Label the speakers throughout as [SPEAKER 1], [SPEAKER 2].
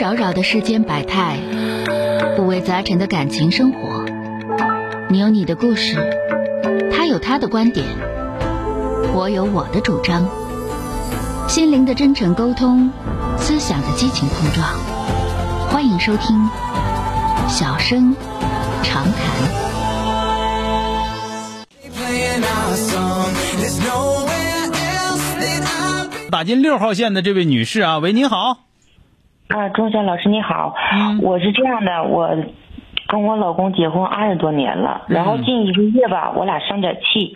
[SPEAKER 1] 扰扰的世间百态，五味杂陈的感情生活。你有你的故事，他有他的观点，我有我的主张。心灵的真诚沟通，思想的激情碰撞。欢迎收听《小声长谈》。
[SPEAKER 2] 打进六号线的这位女士啊，喂，您好。
[SPEAKER 3] 啊，钟晓老师你好，
[SPEAKER 2] 嗯
[SPEAKER 3] 我是这样的，我跟我老公结婚二十多年了，
[SPEAKER 2] 嗯
[SPEAKER 3] 然后近一个月吧，我俩生点气，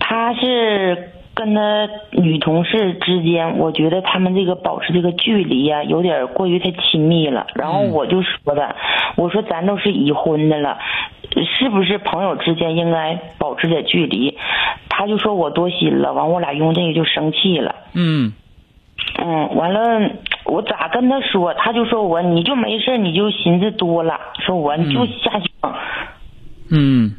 [SPEAKER 3] 他是跟他女同事之间，我觉得他们这个保持这个距离呀、有点过于太亲密了，然后
[SPEAKER 2] 嗯
[SPEAKER 3] 我就说的，我说咱都是已婚的了，是不是朋友之间应该保持点距离？他就说我多心了，完我俩因为这个就生气了。
[SPEAKER 2] 嗯
[SPEAKER 3] 嗯，完了，我咋跟他说？他就说我你就没事，你就寻思多了，说我你就瞎想。
[SPEAKER 2] 嗯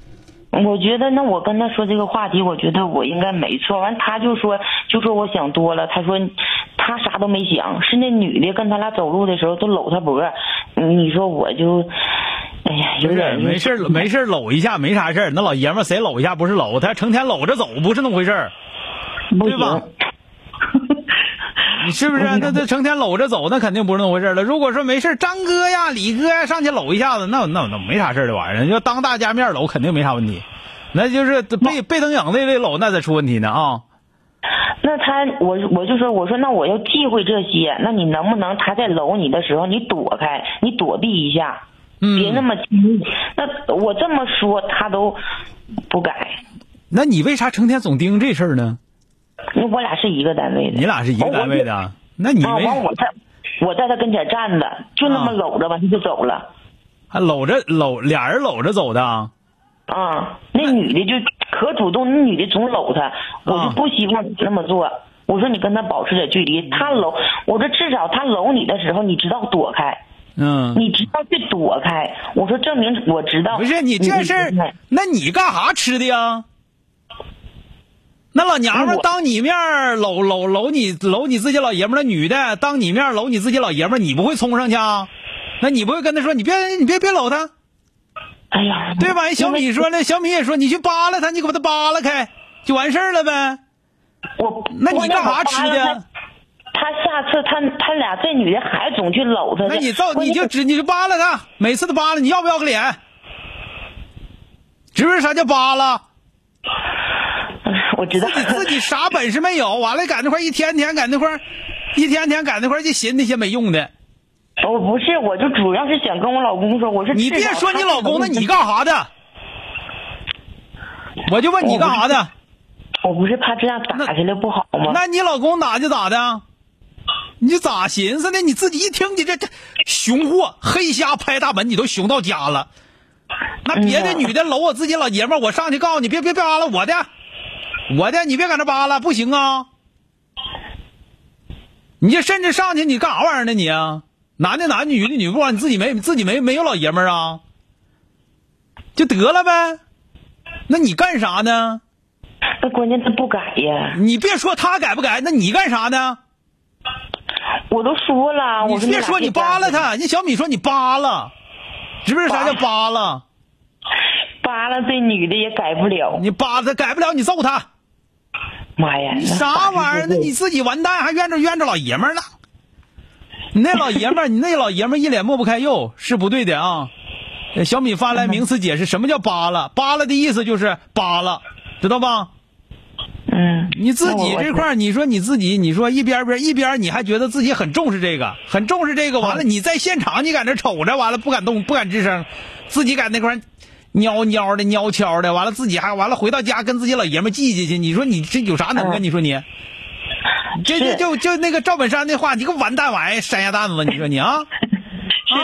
[SPEAKER 3] 我觉得那我跟他说这个话题，我觉得我应该没错。完，他就说就说我想多了，他说他啥都没想，是那女的跟他俩走路的时候都搂他脖儿，你说我就，哎呀，
[SPEAKER 2] 没
[SPEAKER 3] 有
[SPEAKER 2] 事
[SPEAKER 3] 点
[SPEAKER 2] 儿，没事儿，没事儿，搂一下没啥事儿。那老爷们儿谁搂一下不是搂，他成天搂着走不是那么回事儿，
[SPEAKER 3] 不
[SPEAKER 2] 对吧
[SPEAKER 3] 行。
[SPEAKER 2] 你是不是？那他成天搂着走，那肯定不是那么回事儿了。如果说没事儿，张哥呀、李哥呀上去搂一下子，那那那没啥事儿这玩意儿，要当大家面搂肯定没啥问题。那就是被被灯影那类搂，那才出问题呢啊！
[SPEAKER 3] 那他，我我就说，我说那我要忌讳这些，那你能不能他在搂你的时候，你躲开，你躲避一下，
[SPEAKER 2] 嗯
[SPEAKER 3] 别那么亲密。那我这么说，他都不改。
[SPEAKER 2] 那你为啥成天总盯这事儿呢？
[SPEAKER 3] 那我俩是一个单位的，
[SPEAKER 2] 你俩是一个单位的，那你
[SPEAKER 3] 我。啊，
[SPEAKER 2] 没
[SPEAKER 3] 完我在，我在他跟前站着，就那
[SPEAKER 2] 啊
[SPEAKER 3] 么搂着吧，他就走了。
[SPEAKER 2] 还搂着搂俩人搂着走的啊。
[SPEAKER 3] 啊，那女的就可主动，那女的总搂他，我就
[SPEAKER 2] 啊
[SPEAKER 3] 不希望你那么做。我说你跟他保持点距离，他搂，我说至少他搂你的时候，你知道躲开。
[SPEAKER 2] 嗯，
[SPEAKER 3] 你知道去躲开。我说证明我知道。
[SPEAKER 2] 不是你这事儿
[SPEAKER 3] 你你，
[SPEAKER 2] 那你干啥吃的呀？那老娘们
[SPEAKER 3] 那
[SPEAKER 2] 儿
[SPEAKER 3] 我
[SPEAKER 2] 当你面儿搂搂搂你搂你自己老爷们儿的女的，当你面儿搂你自己老爷们儿，你不会冲上去啊？那你不会跟他说你别你别别搂他，
[SPEAKER 3] 哎呀，
[SPEAKER 2] 对吧？人小米说那小米也说你去扒拉他，你给他扒拉开就完事儿了呗。
[SPEAKER 3] 我
[SPEAKER 2] 那你干啥吃？
[SPEAKER 3] 我那会儿扒
[SPEAKER 2] 的
[SPEAKER 3] 拉？他他下次他他俩这女的还总去搂他
[SPEAKER 2] 那
[SPEAKER 3] 去。
[SPEAKER 2] 你造
[SPEAKER 3] 关
[SPEAKER 2] 你
[SPEAKER 3] 键
[SPEAKER 2] 就只你就扒拉他，每次都扒拉，你要不要个脸？知不知道啥叫扒拉？
[SPEAKER 3] 哎我知道
[SPEAKER 2] 自己自己啥本事没有，完了赶那块儿一天天赶那块儿，一天天赶那块儿就寻那些没用的。
[SPEAKER 3] 我不是，我就主要是想跟我老公说，我说
[SPEAKER 2] 你
[SPEAKER 3] 至少
[SPEAKER 2] 别说
[SPEAKER 3] 他
[SPEAKER 2] 你老公了，
[SPEAKER 3] 搂
[SPEAKER 2] 你干啥的？我就问你干啥的？
[SPEAKER 3] 我不是怕这样打起来不好吗？
[SPEAKER 2] 那你老公咋就咋的？你咋寻思的？你自己一听你这这熊货黑瞎拍大门，你都熊到家了。那别的
[SPEAKER 3] 嗯
[SPEAKER 2] 女的搂我自己老爷们儿，我上去告诉你，别别扒拉我的，我的你别搁那扒拉，不行啊！你这甚至上去你干啥玩意儿呢你啊？男的男，女的女，不管你自己没自己没没有老爷们儿啊，就得了呗。那你干啥呢？
[SPEAKER 3] 那关键他不改呀，
[SPEAKER 2] 你别说他改不改，那你干啥呢？
[SPEAKER 3] 我都说了，啊我
[SPEAKER 2] 你
[SPEAKER 3] 说
[SPEAKER 2] 别
[SPEAKER 3] 俩
[SPEAKER 2] 说你
[SPEAKER 3] 这家
[SPEAKER 2] 扒拉
[SPEAKER 3] 伙，
[SPEAKER 2] 他，人小米说你扒拉，知不知道啥叫扒拉？
[SPEAKER 3] 扒拉这女的也改不了。
[SPEAKER 2] 你扒拉他改不了，你揍他，
[SPEAKER 3] 妈呀，
[SPEAKER 2] 你啥玩意儿？那你自己完蛋，还怨着怨着老爷们儿呢？你那老爷们儿，你那老爷们儿一脸抹不开肉，是不对的啊！呃小米发来名词解释，什么叫扒拉？扒拉的意思就是扒拉，知道吧？
[SPEAKER 3] 嗯，
[SPEAKER 2] 你自己
[SPEAKER 3] 那我
[SPEAKER 2] 这块儿，你说你自己，你说一边边一边，你还觉得自己很重视这个，很重视这
[SPEAKER 3] 啊
[SPEAKER 2] 个。完了，你在现场，你搁那瞅着，完了不敢动，不敢吱声，自己搁那块儿喵喵的、喵悄的，完了自己还完了回到家跟自己老爷们儿记记去。你说你这有啥能啊？
[SPEAKER 3] 嗯
[SPEAKER 2] 你说你，这这
[SPEAKER 3] 是
[SPEAKER 2] 就就那个赵本山那话，你个完蛋玩意儿，山鸭蛋子，你说你 啊？啊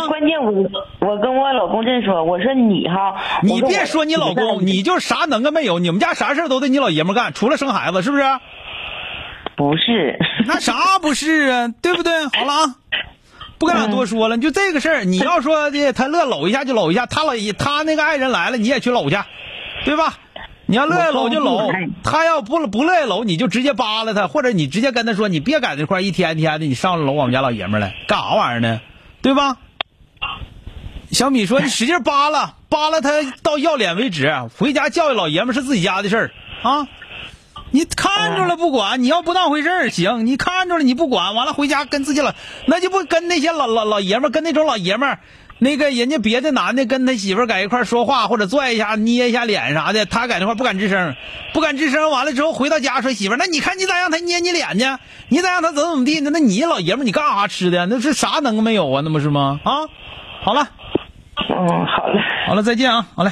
[SPEAKER 3] 是关键我，我跟我老公这说，我说你哈，
[SPEAKER 2] 你
[SPEAKER 3] 我我
[SPEAKER 2] 别说你老公，你就啥能耐没有，你们家啥事儿都得你老爷们儿干，除了生孩子，是不是？啊
[SPEAKER 3] 不是，
[SPEAKER 2] 那啥不是啊，对不对？好了啊，不跟俺多说了，就这个事儿，你要说的他乐搂一下就搂一下，他老他那个爱人来了，你也去搂去，对吧？你要乐意搂就
[SPEAKER 3] 我
[SPEAKER 2] 搂
[SPEAKER 3] 告诉你，
[SPEAKER 2] 他要不不乐意搂，你就直接扒拉他，或者你直接跟他说，你别在那块儿一天天的，你上楼我们家老爷们儿来干啥玩意儿呢？对吧？小米说：“你使劲扒拉，扒拉他到要脸为止。啊回家教育老爷们是自己家的事儿啊！你看着了不管，你要不当回事儿行；你看着了你不管，完了回家跟自己老，那就不跟那些老老老爷们儿，跟那种老爷们儿，那个人家别的男的跟他媳妇儿在一块儿说话或者拽一下、捏一下脸啥的，他在那块儿不敢吱声，不敢吱声。完了之后回到家说媳妇儿，那你看你咋让他捏你脸呢？你咋让他怎么怎么地呢？那你老爷们儿你干啥吃的？那是啥能耐没有啊？那不是吗？啊，好了。”
[SPEAKER 3] 嗯，好嘞。
[SPEAKER 2] 好了，再见啊！好嘞。